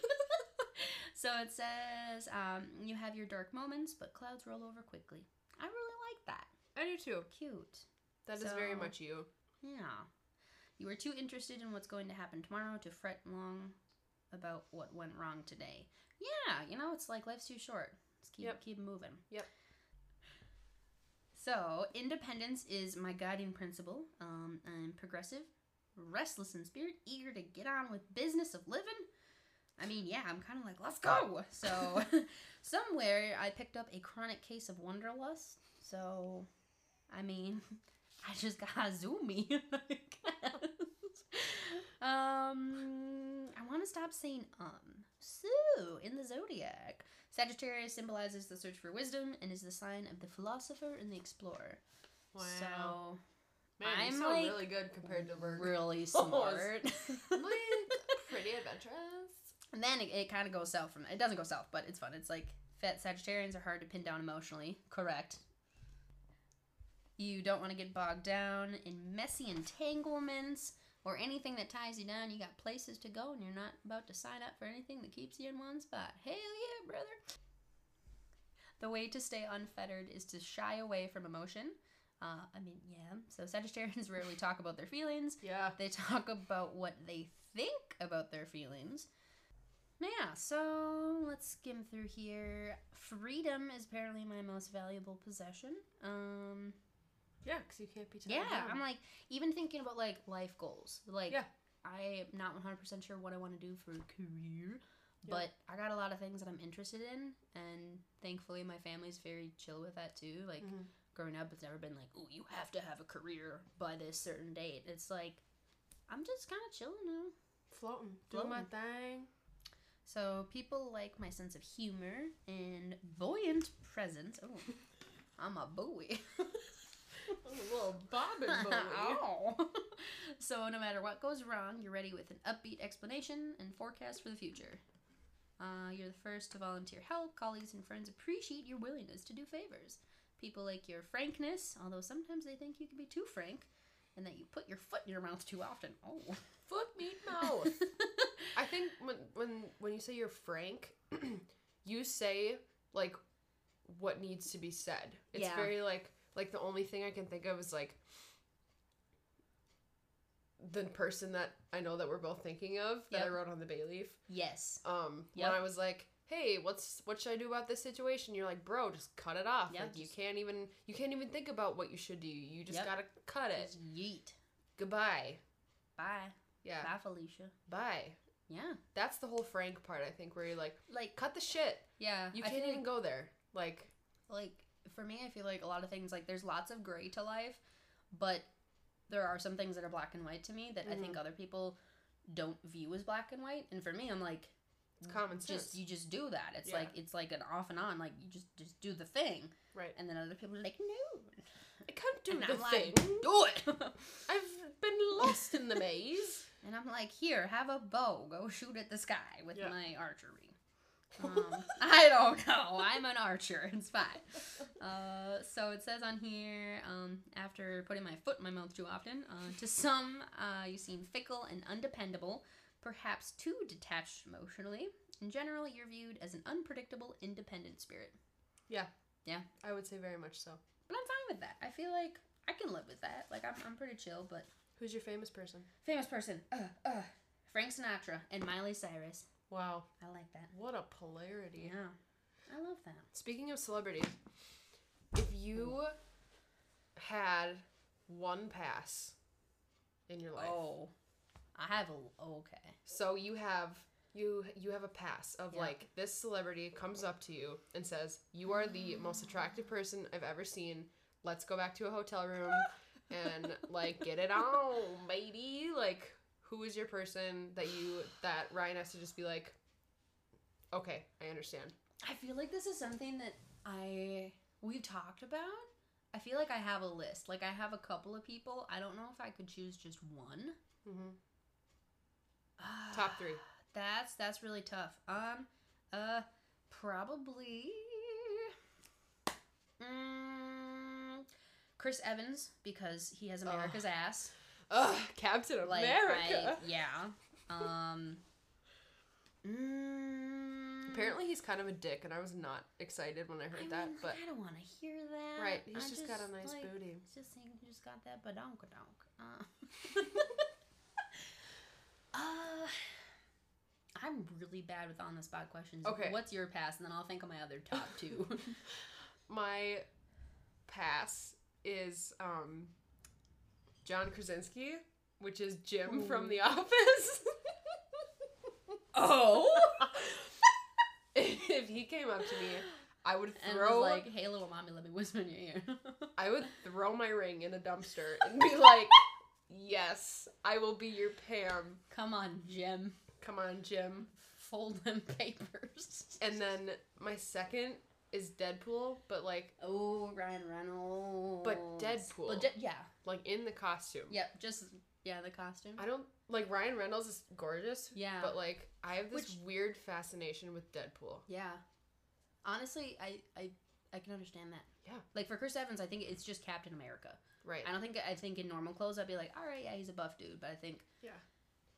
Speaker 1: so it says um, you have your dark moments, but clouds roll over quickly. I really like that.
Speaker 2: I do too.
Speaker 1: Cute.
Speaker 2: That is very
Speaker 1: So-
Speaker 2: much you.
Speaker 1: Yeah. You are too interested in what's going to happen tomorrow to fret long about what went wrong today. Yeah, you know, it's like life's too short. Just keep
Speaker 2: Yep.
Speaker 1: keep moving.
Speaker 2: Yep.
Speaker 1: So, independence is my guiding principle. Um, I'm progressive, restless in spirit, eager to get on with business of living. I mean, yeah, I'm kind of like, let's go. So, somewhere I picked up a chronic case of wanderlust. So, I mean, I just got zoomy. um, I want to stop saying um. So, in the zodiac, Sagittarius symbolizes the search for wisdom and is the sign of the philosopher and the explorer. So,
Speaker 2: Man,
Speaker 1: I'm,
Speaker 2: you sound
Speaker 1: like,
Speaker 2: really good compared to Virgo.
Speaker 1: really smart.
Speaker 2: Like, pretty adventurous.
Speaker 1: And then it, it kind of goes south from It doesn't go south, but it's fun. It's like fat Sagittarians are hard to pin down emotionally. Correct. You don't want to get bogged down in messy entanglements or anything that ties you down. You got places to go and you're not about to sign up for anything that keeps you in one spot. Hell yeah, brother. The way to stay unfettered is to shy away from emotion. Uh, I mean, yeah. So Sagittarians rarely talk about their feelings.
Speaker 2: Yeah.
Speaker 1: They talk about what they think about their feelings. Now, yeah, so let's skim through here. Freedom is apparently my most valuable possession. Um,
Speaker 2: Yeah, because you can't be tied
Speaker 1: yeah,
Speaker 2: down.
Speaker 1: I'm like, even thinking about like life goals. Like,
Speaker 2: Yeah.
Speaker 1: I am not 100% sure what I want to do for a career,
Speaker 2: Yeah.
Speaker 1: but I got a lot of things that I'm interested in, and thankfully, my family's very chill with that too. Like,
Speaker 2: Mhm.
Speaker 1: growing up, it's never been like, oh, you have to have a career by this certain date. It's like, I'm just kind of chilling now.
Speaker 2: floating, doing my thing.
Speaker 1: So people like my sense of humor and buoyant presence. Oh, I'm a buoy.
Speaker 2: I'm a little bobbin boy.
Speaker 1: Ow. so no matter what goes wrong, you're ready with an upbeat explanation and forecast for the future. Uh, you're the first to volunteer help. Colleagues and friends appreciate your willingness to do favors. People like your frankness, although sometimes they think you can be too frank, and that you put your foot in your mouth too often. Oh,
Speaker 2: Foot me mouth. I think when when when you say you're frank, you say like what needs to be said. It's
Speaker 1: Yeah.
Speaker 2: very like like the only thing I can think of is like the person that I know that we're both thinking of that I
Speaker 1: Yep.
Speaker 2: wrote on the bay leaf.
Speaker 1: yes.
Speaker 2: Um,
Speaker 1: Yep.
Speaker 2: when I was like, hey, what's what should I do about this situation? You're like, bro, just cut it off.
Speaker 1: Yeah,
Speaker 2: like
Speaker 1: just-
Speaker 2: you can't even you can't even think about what you should do. You just
Speaker 1: Yep.
Speaker 2: gotta cut it.
Speaker 1: Just yeet.
Speaker 2: Goodbye.
Speaker 1: Bye.
Speaker 2: Yeah.
Speaker 1: Bye, Felicia.
Speaker 2: Bye.
Speaker 1: Yeah.
Speaker 2: That's the whole Frank part, I think, where you're like,
Speaker 1: Like,
Speaker 2: cut the shit.
Speaker 1: yeah.
Speaker 2: You
Speaker 1: I
Speaker 2: can't
Speaker 1: feel
Speaker 2: even go there. Like,
Speaker 1: like for me i feel like a lot of things like there's lots of gray to life but there are some things that are black and white to me that i
Speaker 2: Mm-hmm.
Speaker 1: think other people don't view as black and white and for me i'm like
Speaker 2: it's common sense.
Speaker 1: just you just do that it's
Speaker 2: Yeah.
Speaker 1: like it's like an off and on like you just just do the thing
Speaker 2: right.
Speaker 1: and then other people are like no
Speaker 2: I can't do
Speaker 1: and
Speaker 2: the
Speaker 1: I'm like,
Speaker 2: thing.
Speaker 1: do it
Speaker 2: I've been lost in the maze.
Speaker 1: and i'm like here have a bow go shoot at the sky with
Speaker 2: Yeah.
Speaker 1: my archery um, I don't know. I'm an archer. It's fine. Uh, so it says on here, um, after putting my foot in my mouth too often, uh, to some, uh, you seem fickle and undependable, perhaps too detached emotionally. In general, you're viewed as an unpredictable, independent spirit.
Speaker 2: I would say very much so.
Speaker 1: But I'm fine with that. I feel like I can live with that. Like, I'm, I'm pretty chill, but.
Speaker 2: Who's your famous person?
Speaker 1: Famous person. Uh, uh, Frank Sinatra and Miley Cyrus.
Speaker 2: Wow.
Speaker 1: I like that.
Speaker 2: What a polarity.
Speaker 1: Yeah. I love that.
Speaker 2: Speaking of celebrities, if you had one pass in your life,
Speaker 1: Oh. I have a. Okay.
Speaker 2: so you have you you have a pass of
Speaker 1: Yeah.
Speaker 2: like this celebrity comes up to you and says, "You are the most attractive person I've ever seen. Let's go back to a hotel room and like get it on, baby." Like, who is your person that you that Ryan has to just be like, "Okay, I understand."
Speaker 1: I feel like this is something that I we've talked about. I feel like I have a list. Like I have a couple of people. I don't know if I could choose just one.
Speaker 2: hmm Top three.
Speaker 1: Ah, That's that's really tough. Um, uh, probably. Mm, Chris Evans because he has America's ass.
Speaker 2: Ugh, Captain
Speaker 1: Like
Speaker 2: America.
Speaker 1: I, yeah. Um. mm,
Speaker 2: Apparently, he's kind of a dick, and I was not excited when I heard
Speaker 1: I
Speaker 2: that.
Speaker 1: mean,
Speaker 2: But
Speaker 1: I don't want to hear that.
Speaker 2: right, he's
Speaker 1: I
Speaker 2: just, got a nice
Speaker 1: like,
Speaker 2: booty.
Speaker 1: It's just saying you just got that badonkadonk. Uh, uh, I'm really bad with on the spot questions.
Speaker 2: Okay.
Speaker 1: What's your pass? And then I'll think of my other top two.
Speaker 2: My pass is um, John Krasinski, which is Jim from
Speaker 1: Ooh.
Speaker 2: The Office.
Speaker 1: oh.
Speaker 2: if he came up to me, I would
Speaker 1: And
Speaker 2: throw
Speaker 1: was like, hey, little mommy, let me whisper in your ear.
Speaker 2: I would throw my ring in a dumpster and be like, "Yes, I will be your Pam.
Speaker 1: Come on, Jim.
Speaker 2: Come on, Jim."
Speaker 1: Fold them papers.
Speaker 2: And then my second is Deadpool, but like
Speaker 1: Oh, Ryan Reynolds.
Speaker 2: Deadpool.
Speaker 1: But de- yeah.
Speaker 2: like in the costume.
Speaker 1: Yep. Just, yeah, the costume.
Speaker 2: I don't like Ryan Reynolds is gorgeous,
Speaker 1: yeah.
Speaker 2: but like I have this
Speaker 1: Which-
Speaker 2: weird fascination with Deadpool.
Speaker 1: Yeah. Honestly, I I I can understand that.
Speaker 2: Yeah.
Speaker 1: Like for Chris Evans, I think it's just Captain America.
Speaker 2: Right.
Speaker 1: I don't think I think in normal clothes I'd be like, all right, yeah, he's a buff dude, but I think
Speaker 2: Yeah.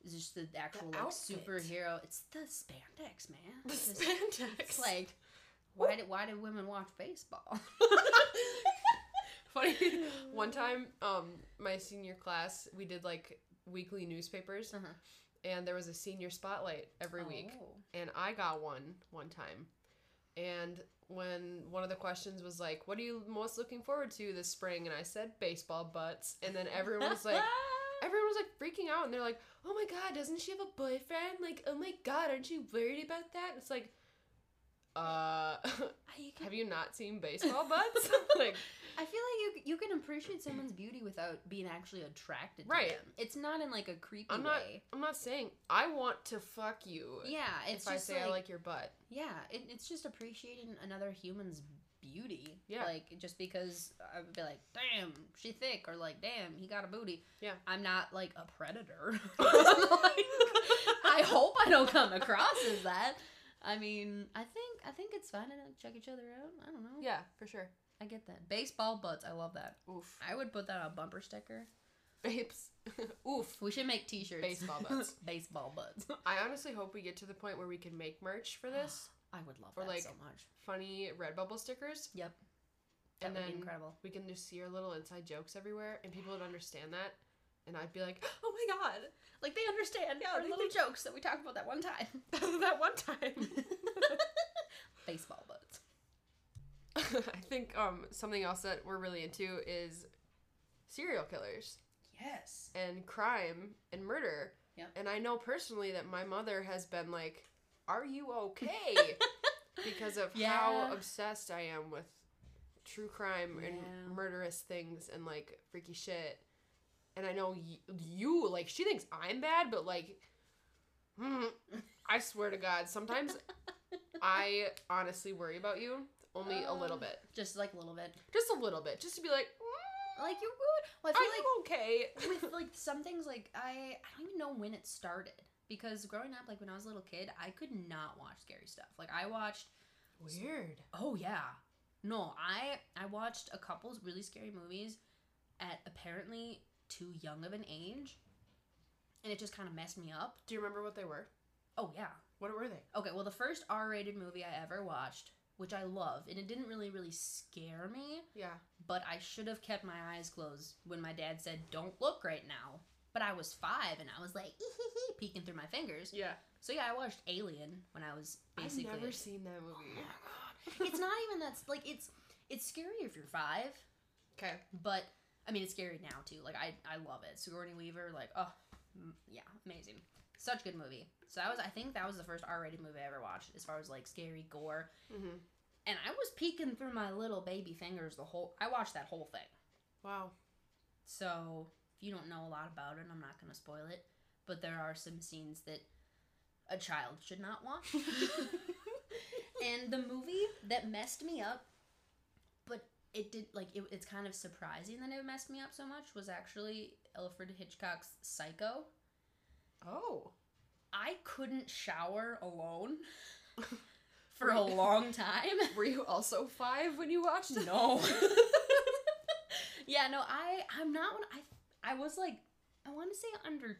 Speaker 1: it's just the actual like
Speaker 2: outfit.
Speaker 1: superhero. It's the spandex, man.
Speaker 2: The
Speaker 1: It's just-
Speaker 2: spandex.
Speaker 1: it's like why did why did women watch baseball?
Speaker 2: funny. One time, um, my senior class, we did like weekly newspapers,
Speaker 1: Uh-huh.
Speaker 2: and there was a senior spotlight every week,
Speaker 1: Oh.
Speaker 2: and I got one one time, and when one of the questions was like, "What are you most looking forward to this spring?" and I said baseball butts, and then everyone was like. everyone was like freaking out and they're like, "Oh my god, doesn't she have a boyfriend?" Like, "Oh my god, aren't you worried about that?" It's like, uh,
Speaker 1: I, can,
Speaker 2: have you not seen baseball butts? like,
Speaker 1: I feel like you you can appreciate someone's beauty without being actually attracted to
Speaker 2: Right.
Speaker 1: them. It's not in like a creepy
Speaker 2: I'm not-
Speaker 1: way.
Speaker 2: I'm not saying I want to fuck you.
Speaker 1: Yeah, it's
Speaker 2: if I
Speaker 1: just
Speaker 2: say I
Speaker 1: like
Speaker 2: like your butt,
Speaker 1: Yeah, it, it's just appreciating another human's beauty.
Speaker 2: Yeah.
Speaker 1: Like, just because I would be like, damn, she thick, or like, damn, he got a booty.
Speaker 2: Yeah.
Speaker 1: I'm not like a predator. Like, I hope I don't come across as that. I mean, I think I think it's fine to like, check each other out. I don't know.
Speaker 2: yeah, for sure.
Speaker 1: I get that. Baseball butts, I love that.
Speaker 2: Oof,
Speaker 1: I would put that on a bumper sticker.
Speaker 2: babes. Oof.
Speaker 1: We should make t-shirts.
Speaker 2: Baseball butts.
Speaker 1: Baseball butts.
Speaker 2: I honestly hope we get to the point where we can make merch for this.
Speaker 1: I would love
Speaker 2: Or,
Speaker 1: that
Speaker 2: like,
Speaker 1: so much.
Speaker 2: Funny Redbubble stickers.
Speaker 1: Yep. That
Speaker 2: And
Speaker 1: would
Speaker 2: then
Speaker 1: be incredible.
Speaker 2: we can just see our little inside jokes everywhere, and people would understand that. And I'd be like, "Oh my god,
Speaker 1: Like they understand
Speaker 2: Yeah,
Speaker 1: our
Speaker 2: they
Speaker 1: little jokes that we talked about that one time.
Speaker 2: that one time.
Speaker 1: baseball bats.
Speaker 2: I think um, something else that we're really into is serial killers
Speaker 1: Yes.
Speaker 2: and crime and murder.
Speaker 1: Yeah.
Speaker 2: And I know personally that my mother has been like, "Are you okay?" because of
Speaker 1: Yeah.
Speaker 2: how obsessed I am with true crime
Speaker 1: Yeah.
Speaker 2: and murderous things and like freaky shit. And I know y- you like she thinks I'm bad, but like, mm, I swear to God, sometimes I honestly worry about you only a little
Speaker 1: Oh.
Speaker 2: bit,
Speaker 1: Just like a little bit.
Speaker 2: just a little bit, just to be like, mm,
Speaker 1: Like you're good. Well, I
Speaker 2: are
Speaker 1: feel like
Speaker 2: you okay?
Speaker 1: with like some things like I I don't even know when it started because growing up like when I was a little kid I could not watch scary stuff. Like I watched
Speaker 2: Weird.
Speaker 1: oh yeah. No, I I watched a couple really scary movies at apparently too young of an age and it just kind of messed me up.
Speaker 2: Do you remember what they were?
Speaker 1: Oh yeah.
Speaker 2: What were they?
Speaker 1: Okay, well the first R-rated movie I ever watched, which I love, and it didn't really really scare me,
Speaker 2: Yeah.
Speaker 1: but I should have kept my eyes closed when my dad said, "Don't look right now." But I was five, and I was like peeking through my fingers.
Speaker 2: Yeah.
Speaker 1: So yeah, I watched Alien when I was basically.
Speaker 2: I've never seen that
Speaker 1: Oh
Speaker 2: movie.
Speaker 1: my God. it's not even that's like it's it's scary if you're five,
Speaker 2: Okay.
Speaker 1: but I mean it's scary now too. Like I I love it. Sigourney Weaver, like oh mm, yeah, amazing, such good movie. So that was I think that was the first R-rated movie I ever watched as far as like scary gore
Speaker 2: Mm-hmm.
Speaker 1: and I was peeking through my little baby fingers the whole. I watched that whole thing.
Speaker 2: Wow.
Speaker 1: So if you don't know a lot about it, I'm not going to spoil it. But there are some scenes that a child should not watch. and the movie that messed me up, but it did like it, it's kind of surprising that it messed me up so much was actually Alfred Hitchcock's Psycho.
Speaker 2: Oh.
Speaker 1: I couldn't shower alone for a long time.
Speaker 2: Were you also five when you watched it?
Speaker 1: No. yeah, no, I I'm not one I I was like I want to say under 10,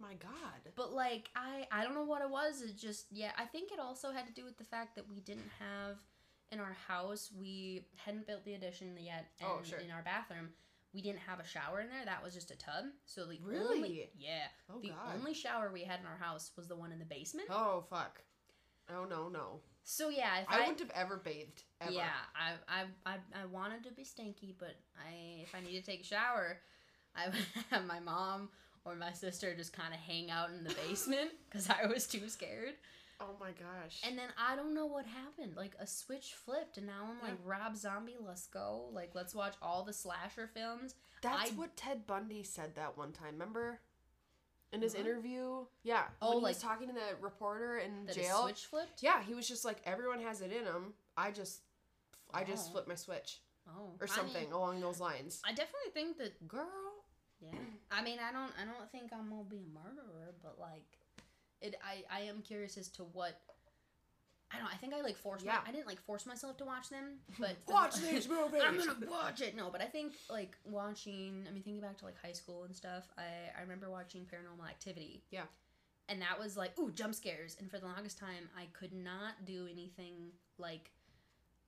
Speaker 2: My God.
Speaker 1: but like I I don't know what it was. It just yeah, I think it also had to do with the fact that we didn't have in our house, we hadn't built the addition yet and
Speaker 2: Oh, sure.
Speaker 1: in our bathroom, we didn't have a shower in there. That was just a tub. So the only
Speaker 2: Really?
Speaker 1: yeah,
Speaker 2: Oh
Speaker 1: the
Speaker 2: God.
Speaker 1: only shower we had in our house was the one in the basement.
Speaker 2: oh fuck. Oh no no.
Speaker 1: So yeah, if
Speaker 2: I,
Speaker 1: I,
Speaker 2: wouldn't have ever bathed ever.
Speaker 1: Yeah, I, I I I wanted to be stinky, but I if I need to take a shower, I would have my mom or my sister just kind of hang out in the basement because I was too scared.
Speaker 2: Oh my gosh.
Speaker 1: And then I don't know what happened. Like a switch flipped, and now I'm like Rob Zombie, let's go. Like let's watch all the slasher films.
Speaker 2: That's
Speaker 1: I-
Speaker 2: what Ted Bundy said that one time. Remember? In his
Speaker 1: What?
Speaker 2: interview, yeah.
Speaker 1: Oh,
Speaker 2: when he
Speaker 1: like-
Speaker 2: was talking to that reporter in
Speaker 1: That
Speaker 2: jail.
Speaker 1: a switch flipped.
Speaker 2: Yeah, he was just like, everyone has it in them. I just, I just
Speaker 1: Oh.
Speaker 2: flipped my switch
Speaker 1: Oh,
Speaker 2: or
Speaker 1: I mean,
Speaker 2: something along those lines.
Speaker 1: I definitely think that.
Speaker 2: Girl.
Speaker 1: Yeah. I mean, I don't. I don't think I'm gonna be a murderer, but like, it. I. I am curious as to what. I don't. I think I like forced.
Speaker 2: Yeah.
Speaker 1: My, I didn't like force myself to watch them, but the-
Speaker 2: Watch these movies.
Speaker 1: I'm gonna watch it. No, but I think like watching. I mean, thinking back to like high school and stuff. I I remember watching Paranormal Activity.
Speaker 2: Yeah.
Speaker 1: And that was like ooh jump scares, and for the longest time I could not do anything like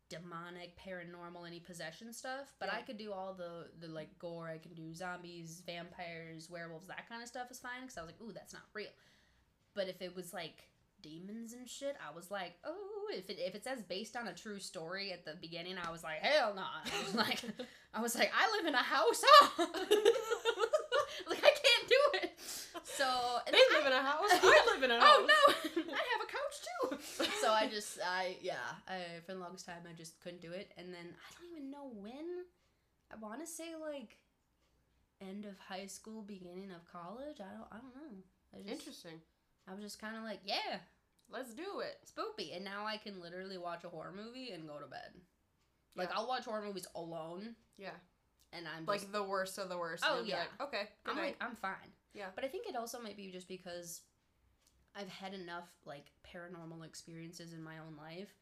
Speaker 1: demonic, paranormal, any possession stuff. But I
Speaker 2: Yeah.
Speaker 1: could do all the the like gore. I can do zombies, vampires, werewolves, that kind of stuff is fine because I was like ooh that's not real. But if it was like demons and shit, I was like, oh, if it if it says based on a true story at the beginning, I was like, hell no. I was like, I was like, I live in a house. like I can't do it. So and
Speaker 2: They
Speaker 1: then I-
Speaker 2: live in a house. I live in a house.
Speaker 1: Oh no, I have a couch too. So I just I yeah I for the longest time I just couldn't do it, and then I don't even know when. I want to say like end of high school, beginning of college. I don't I don't know. I just,
Speaker 2: Interesting.
Speaker 1: I was just kind of like, yeah,
Speaker 2: Let's do it.
Speaker 1: spoopy and now i can literally watch a horror movie and go to bed like
Speaker 2: Yeah.
Speaker 1: i'll watch horror movies alone
Speaker 2: Yeah.
Speaker 1: and i'm just,
Speaker 2: Like the worst of the worst.
Speaker 1: Oh,
Speaker 2: and you'll be
Speaker 1: yeah.
Speaker 2: Like, okay. Good
Speaker 1: i'm
Speaker 2: night.
Speaker 1: like i'm fine
Speaker 2: Yeah.
Speaker 1: but i think it also might be just because i've had enough like paranormal experiences in my own life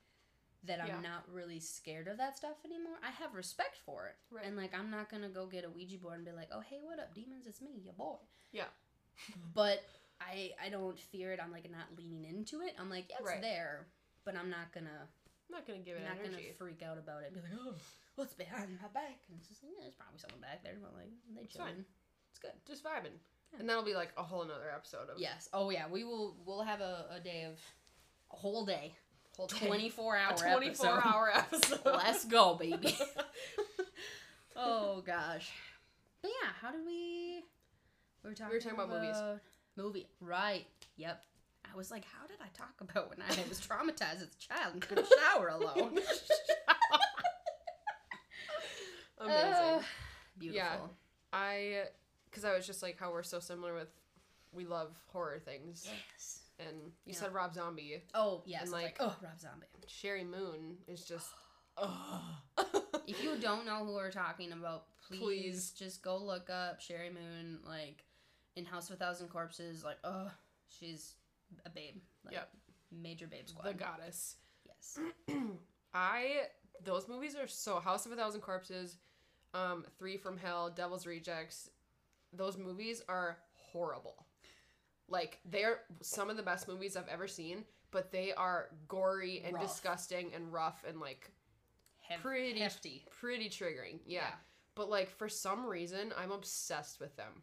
Speaker 1: that i'm
Speaker 2: Yeah.
Speaker 1: not really scared of that stuff anymore i have respect for it
Speaker 2: Right.
Speaker 1: and like i'm not gonna go get a ouija board and be like oh hey what up demons it's me your boy
Speaker 2: Yeah.
Speaker 1: but i i don't fear it i'm like not leaning into it i'm like yeah it's
Speaker 2: Right.
Speaker 1: there but i'm not gonna
Speaker 2: I'm not gonna give it
Speaker 1: You're not
Speaker 2: energy.
Speaker 1: gonna freak out about it. and Be like, oh, what's behind my back? And it's just like, yeah, there's probably someone back there. But like, they
Speaker 2: It's
Speaker 1: chilling.
Speaker 2: fine.
Speaker 1: It's good.
Speaker 2: Just vibing.
Speaker 1: Yeah.
Speaker 2: And that'll be like a whole another episode of
Speaker 1: Yes. Oh yeah. We will. We'll have a, a day of a whole day Whole 24 hour
Speaker 2: a 24
Speaker 1: episode.
Speaker 2: hour episode.
Speaker 1: Let's go, baby. oh gosh. But yeah, how did we? We were talking.
Speaker 2: were talking about movies.
Speaker 1: Movie, right? Yep. I was like, how did I talk about when I was traumatized as a child and couldn't shower alone?
Speaker 2: Amazing.
Speaker 1: Uh, beautiful.
Speaker 2: I, because I was just like how we're so similar with, we love horror things.
Speaker 1: Yes.
Speaker 2: And you
Speaker 1: Yeah.
Speaker 2: said Rob Zombie.
Speaker 1: Oh yes.
Speaker 2: And,
Speaker 1: it's like, oh, Rob Zombie.
Speaker 2: Sherry Moon is just.
Speaker 1: If you don't know who we're talking about, please,
Speaker 2: Please.
Speaker 1: just go look up Sherry Moon, like in House of a Thousand Corpses. Like, oh, she's a babe. Like,
Speaker 2: Yep.
Speaker 1: Major babe squad.
Speaker 2: the goddess.
Speaker 1: Yes.
Speaker 2: I those movies are so House of a Thousand Corpses, um, Three from Hell, Devil's Rejects. Those movies are horrible. Like they're some of the best movies I've ever seen, but they are gory and
Speaker 1: Rough.
Speaker 2: disgusting and rough and like
Speaker 1: Hef-
Speaker 2: Pretty-
Speaker 1: hefty.
Speaker 2: pretty triggering. Yeah.
Speaker 1: Yeah.
Speaker 2: But like for some reason, I'm obsessed with them.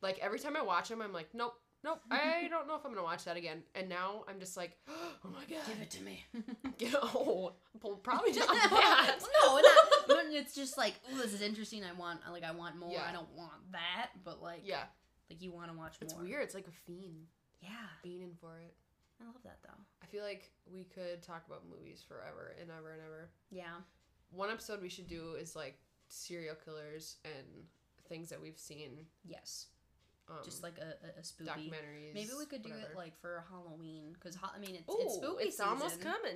Speaker 2: Like every time I watch them, I'm like, nope, nope, I don't know if I'm gonna watch that again. And now I'm just like, oh my god,
Speaker 1: Give it to me.
Speaker 2: oh, well, probably not that.
Speaker 1: no, not, no, it's just like, ooh, this is interesting. I want, like, I want more.
Speaker 2: Yeah.
Speaker 1: I don't want that, but like,
Speaker 2: Yeah,
Speaker 1: like you want to watch
Speaker 2: It's
Speaker 1: more.
Speaker 2: weird. It's like a fiend
Speaker 1: Yeah,
Speaker 2: fiending for it.
Speaker 1: I love that though.
Speaker 2: I feel like we could talk about movies forever and ever and ever.
Speaker 1: Yeah,
Speaker 2: One episode we should do is like serial killers and things that we've seen.
Speaker 1: yes,
Speaker 2: Um,
Speaker 1: just like a, a, a spoopy.
Speaker 2: documentaries.
Speaker 1: Maybe we could do
Speaker 2: whatever.
Speaker 1: it like for Halloween, because I mean it's,
Speaker 2: Ooh,
Speaker 1: it's spooky season.
Speaker 2: coming.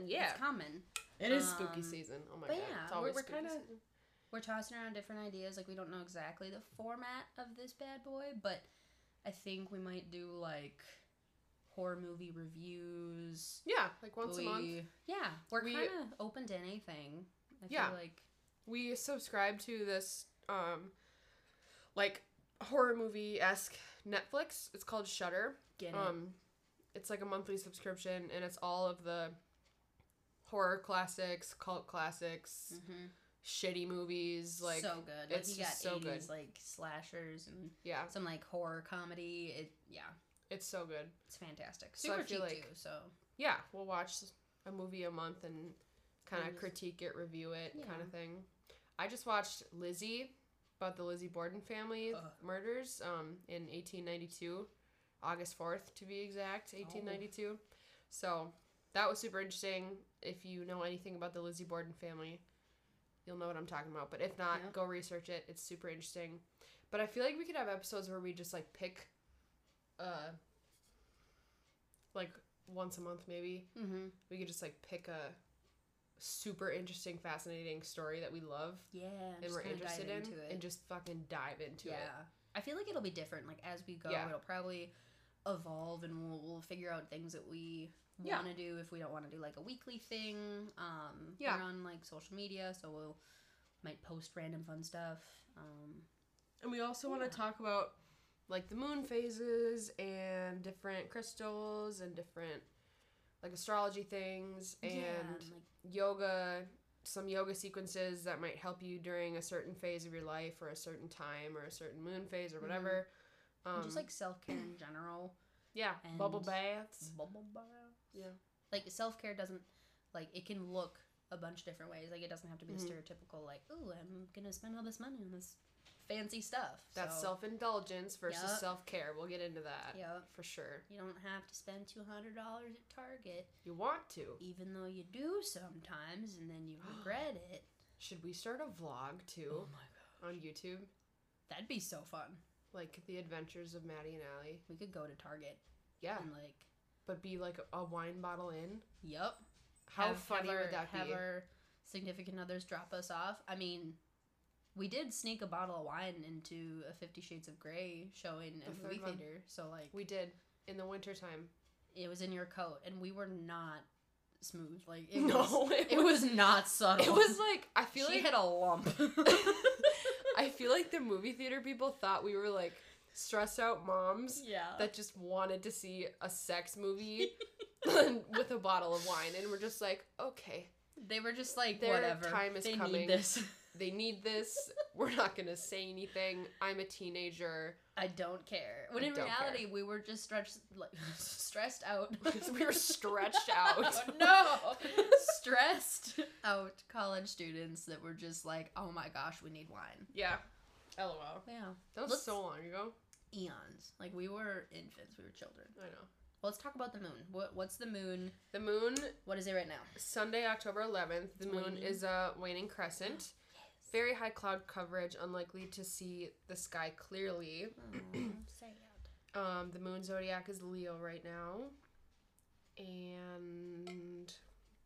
Speaker 1: it's common.
Speaker 2: it is spooky
Speaker 1: Um,
Speaker 2: season. Oh my
Speaker 1: but
Speaker 2: god,
Speaker 1: yeah,
Speaker 2: it's
Speaker 1: we're-
Speaker 2: always
Speaker 1: we're
Speaker 2: spooky
Speaker 1: kinda-
Speaker 2: season.
Speaker 1: We're tossing around different ideas. Like we don't know exactly the format of this bad boy, but I think we might do like horror movie reviews.
Speaker 2: Yeah, like once a month.
Speaker 1: We- Yeah, we're
Speaker 2: We-
Speaker 1: kind of open to anything. I
Speaker 2: Yeah.
Speaker 1: feel like
Speaker 2: we subscribe to this um like horror movie esque Netflix. It's called Shudder.
Speaker 1: getting
Speaker 2: Um, it's like a monthly subscription, and it's all of the horror classics, cult classics,
Speaker 1: hmm
Speaker 2: shitty movies. Like,
Speaker 1: so good. Like,
Speaker 2: it's
Speaker 1: you got
Speaker 2: just Mm. so
Speaker 1: 80s,
Speaker 2: good.
Speaker 1: like slashers and
Speaker 2: yeah,
Speaker 1: some like horror comedy. It yeah,
Speaker 2: it's so good.
Speaker 1: it's fantastic.
Speaker 2: So I
Speaker 1: Super
Speaker 2: feel
Speaker 1: cheap
Speaker 2: like-
Speaker 1: too. So
Speaker 2: Yeah, we'll watch a movie a month and kind of
Speaker 1: And just-
Speaker 2: critique it, review it,
Speaker 1: Yeah.
Speaker 2: kind of thing. I just watched Lizzie about the Lizzie Borden family
Speaker 1: Ugh.
Speaker 2: murders um, in 1892, August 4th to be exact, 1892. So that was super interesting. If you know anything about the Lizzie Borden family, you'll know what I'm talking about. But if not,
Speaker 1: Yeah.
Speaker 2: go research it. It's super interesting. But I feel like we could have episodes where we just like pick, uh, like once a month maybe
Speaker 1: mm-hmm.
Speaker 2: we could just like pick a super interesting, fascinating story that we love
Speaker 1: yeah,
Speaker 2: and
Speaker 1: just
Speaker 2: we're
Speaker 1: kinda dive
Speaker 2: interested in,
Speaker 1: into it.
Speaker 2: and just fucking dive into
Speaker 1: yeah,
Speaker 2: it.
Speaker 1: I feel like it'll be different. Like as we go,
Speaker 2: Yeah.
Speaker 1: it'll probably evolve, and we'll we'll figure out things that we
Speaker 2: Yeah.
Speaker 1: want to do if we don't want to do like a weekly thing. Um,
Speaker 2: Yeah.
Speaker 1: we're on like social media, so we'll might post random fun stuff. Um,
Speaker 2: And we also want
Speaker 1: Yeah.
Speaker 2: to talk about like the moon phases and different crystals and different like astrology things
Speaker 1: yeah,
Speaker 2: and
Speaker 1: like
Speaker 2: yoga, some yoga sequences that might help you during a certain phase of your life or a certain time or a certain moon phase or whatever.
Speaker 1: Mm-hmm. and
Speaker 2: Um,
Speaker 1: just like self care in general.
Speaker 2: yeah, bubble
Speaker 1: and-
Speaker 2: baths.
Speaker 1: bubble baths.
Speaker 2: Yeah.
Speaker 1: Like self care doesn't like it can look a bunch of different ways. Like it doesn't have to be
Speaker 2: Mhm.
Speaker 1: the stereotypical like, ooh, I'm gonna spend all this money on this fancy stuff.
Speaker 2: That's
Speaker 1: So,
Speaker 2: self indulgence versus
Speaker 1: Yup.
Speaker 2: self care. We'll get into that
Speaker 1: Yeah.
Speaker 2: for sure.
Speaker 1: You don't have to spend two hundred dollars at Target,
Speaker 2: You want to.
Speaker 1: even though you do sometimes, and then you regret it.
Speaker 2: Should we start a vlog too
Speaker 1: my god,
Speaker 2: on YouTube?
Speaker 1: that'd be so fun.
Speaker 2: Like the adventures of Maddie and Allie.
Speaker 1: We could go to Target
Speaker 2: Yeah.
Speaker 1: and like,
Speaker 2: But be like a wine bottle in.
Speaker 1: yep.
Speaker 2: How
Speaker 1: have-
Speaker 2: funny
Speaker 1: have our-
Speaker 2: would that
Speaker 1: have
Speaker 2: be?
Speaker 1: our significant others drop us off. I mean, we did sneak a bottle of wine into a Fifty Shades of Grey showing
Speaker 2: The
Speaker 1: at movie
Speaker 2: third one.
Speaker 1: theater. So like,
Speaker 2: We did in the wintertime.
Speaker 1: it was in your coat, and we were not smooth. Like it was,
Speaker 2: No,
Speaker 1: it was not subtle.
Speaker 2: it was like I
Speaker 1: She
Speaker 2: feel like
Speaker 1: had a lump.
Speaker 2: I feel like the movie theater people thought we were like stressed out moms
Speaker 1: yeah.
Speaker 2: that just wanted to see a sex movie with a bottle of wine and we're just like, okay,
Speaker 1: they were just like,
Speaker 2: Their
Speaker 1: whatever.
Speaker 2: time is
Speaker 1: they
Speaker 2: coming.
Speaker 1: need this.
Speaker 2: they need this. We're not gonna say anything. I'm a teenager.
Speaker 1: I don't care. When
Speaker 2: I
Speaker 1: in
Speaker 2: don't care.
Speaker 1: reality, we were just stretched, like, stressed out.
Speaker 2: we were stretched out.
Speaker 1: Oh, no, stressed out college students that were just like, oh my gosh, we need wine.
Speaker 2: Yeah. LOL.
Speaker 1: Yeah,
Speaker 2: That was
Speaker 1: Let's-
Speaker 2: so long ago.
Speaker 1: eons. Like we were infants, we were children.
Speaker 2: I know.
Speaker 1: Well, let's talk about the moon. What what's the moon?
Speaker 2: The moon,
Speaker 1: What is it right now?
Speaker 2: Sunday, October 11th. The moon
Speaker 1: Waning.
Speaker 2: is a waning crescent. Very high cloud coverage, unlikely to see the sky clearly. Oh, Um, the moon zodiac is Leo right now. And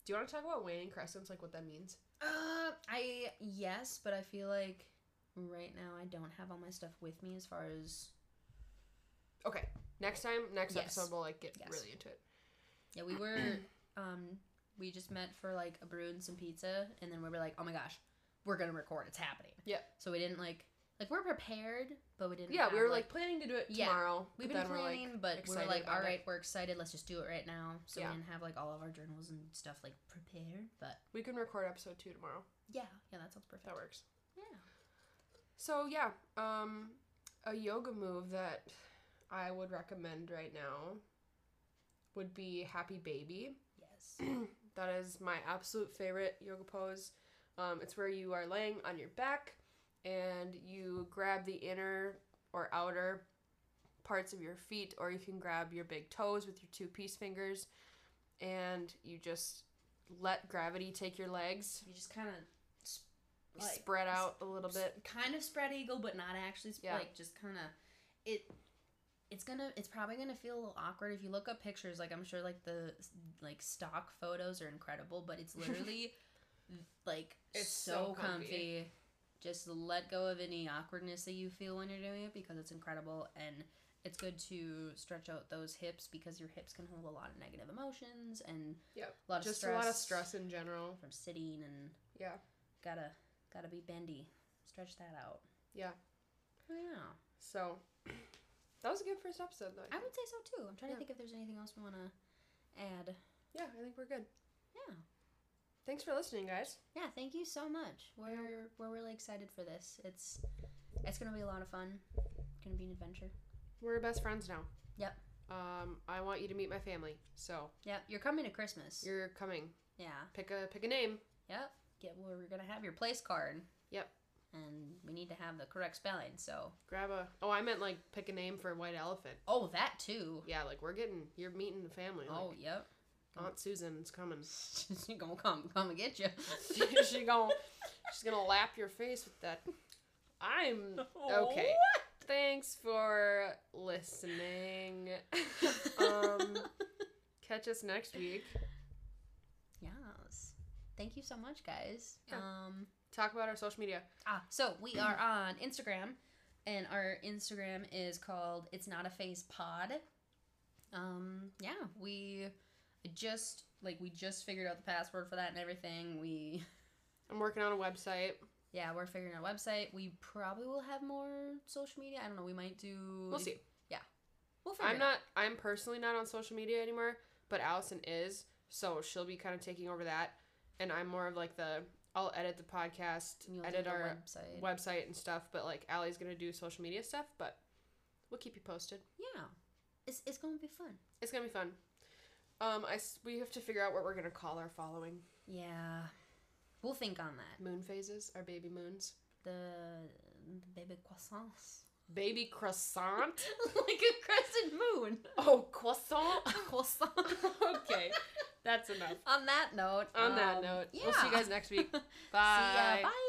Speaker 2: do you want to talk about waning crescents, like what that means?
Speaker 1: Uh, I yes, but I feel like right now I don't have all my stuff with me as far as
Speaker 2: Okay, next time, next
Speaker 1: Yes.
Speaker 2: episode, we'll like get
Speaker 1: Yes.
Speaker 2: really into it.
Speaker 1: yeah we were um we just met for like a brew and some pizza and then we were like oh my gosh we're gonna record it's happening
Speaker 2: Yeah.
Speaker 1: so we didn't like like we're prepared but we didn't
Speaker 2: Yeah, we
Speaker 1: have,
Speaker 2: were like planning to do it
Speaker 1: Yeah.
Speaker 2: tomorrow. but
Speaker 1: We've been
Speaker 2: then we're, like,
Speaker 1: planning, but we were
Speaker 2: excited
Speaker 1: like,
Speaker 2: about
Speaker 1: all
Speaker 2: it."
Speaker 1: right, we're excited. Let's just do it right now. So
Speaker 2: Yeah.
Speaker 1: we didn't have like all of our journals and stuff like prepared, but
Speaker 2: we can record episode two tomorrow.
Speaker 1: yeah, yeah, that sounds perfect.
Speaker 2: That works.
Speaker 1: Yeah.
Speaker 2: So yeah, um, a yoga move that I would recommend right now would be Happy Baby.
Speaker 1: Yes.
Speaker 2: that is my absolute favorite yoga pose. Um, it's where you are laying on your back and you grab the inner or outer parts of your feet, or you can grab your big toes with your two piece fingers and you just let gravity take your legs,
Speaker 1: You just kind of like
Speaker 2: spread out a little bit.
Speaker 1: kind of spread eagle, but not actually. Sp-
Speaker 2: Yeah.
Speaker 1: Like just kind of it. It's gonna. It's probably gonna feel a little awkward if you look up pictures. Like I'm sure, like the like stock photos are incredible, but it's literally like
Speaker 2: It's
Speaker 1: so,
Speaker 2: so comfy.
Speaker 1: comfy. Just let go of any awkwardness that you feel when you're doing it because it's incredible and it's good to stretch out those hips because your hips can hold a lot of negative emotions and
Speaker 2: Yep.
Speaker 1: a lot of
Speaker 2: Just
Speaker 1: stress
Speaker 2: a lot of stress in general.
Speaker 1: from sitting and
Speaker 2: Yeah.
Speaker 1: gotta gotta be bendy stretch that out Oh,
Speaker 2: Yeah.
Speaker 1: yeah
Speaker 2: So that was a good first episode, though. I
Speaker 1: i
Speaker 2: think.
Speaker 1: would say so too i'm trying to
Speaker 2: Yeah.
Speaker 1: think if there's anything else we want to add
Speaker 2: Yeah, I think we're good.
Speaker 1: yeah
Speaker 2: Thanks for listening, guys.
Speaker 1: yeah thank you so much we're we're really excited for this it's it's gonna be a lot of fun it's gonna be an adventure
Speaker 2: We're best friends now.
Speaker 1: Yep.
Speaker 2: Um, I want you to meet my family, so
Speaker 1: yeah you're coming to christmas
Speaker 2: you're coming.
Speaker 1: yeah
Speaker 2: Pick a pick a name.
Speaker 1: yep get where we're gonna have your place card
Speaker 2: Yep.
Speaker 1: and we need to have the correct spelling so
Speaker 2: Grab a. Oh, I meant like pick a name for a white elephant.
Speaker 1: oh that too
Speaker 2: Yeah, like we're getting. You're meeting the family. Like,
Speaker 1: oh yep
Speaker 2: Aunt Susan's coming.
Speaker 1: she gonna come come and get you
Speaker 2: she gonna she's gonna lap your face with that. I'm okay. Thanks for listening. um, catch us next week.
Speaker 1: Yes. Thank you so much, guys.
Speaker 2: Yeah.
Speaker 1: Um,
Speaker 2: Talk about our social media.
Speaker 1: ah, so we are on Instagram, and our Instagram is called It's Not a Phase Pod. Um, yeah, we just like we just figured out the password for that and everything. We
Speaker 2: I'm working on a website.
Speaker 1: yeah, we're figuring out a website. We probably will have more social media. I don't know. We might do.
Speaker 2: We'll see.
Speaker 1: We'll figure
Speaker 2: I'm
Speaker 1: it out.
Speaker 2: not. I'm personally not on social media anymore, but Allison is, so she'll be kind of taking over that, and I'm more of like the. I'll edit the podcast,
Speaker 1: And you'll do
Speaker 2: edit
Speaker 1: the
Speaker 2: our
Speaker 1: website.
Speaker 2: website and stuff, but like Allie's gonna do social media stuff, but we'll keep you posted.
Speaker 1: yeah, it's it's gonna be fun.
Speaker 2: It's gonna be fun. Um, I s- we have to figure out what we're gonna call our following
Speaker 1: Yeah, we'll think on that.
Speaker 2: moon phases, our baby moons,
Speaker 1: The, the baby croissants.
Speaker 2: baby croissant.
Speaker 1: like a crescent moon.
Speaker 2: oh, croissant.
Speaker 1: Croissant.
Speaker 2: okay, that's enough.
Speaker 1: On that note.
Speaker 2: On that
Speaker 1: um,
Speaker 2: note,
Speaker 1: yeah.
Speaker 2: we'll see you guys next week.
Speaker 1: See ya.
Speaker 2: Bye.
Speaker 1: Bye.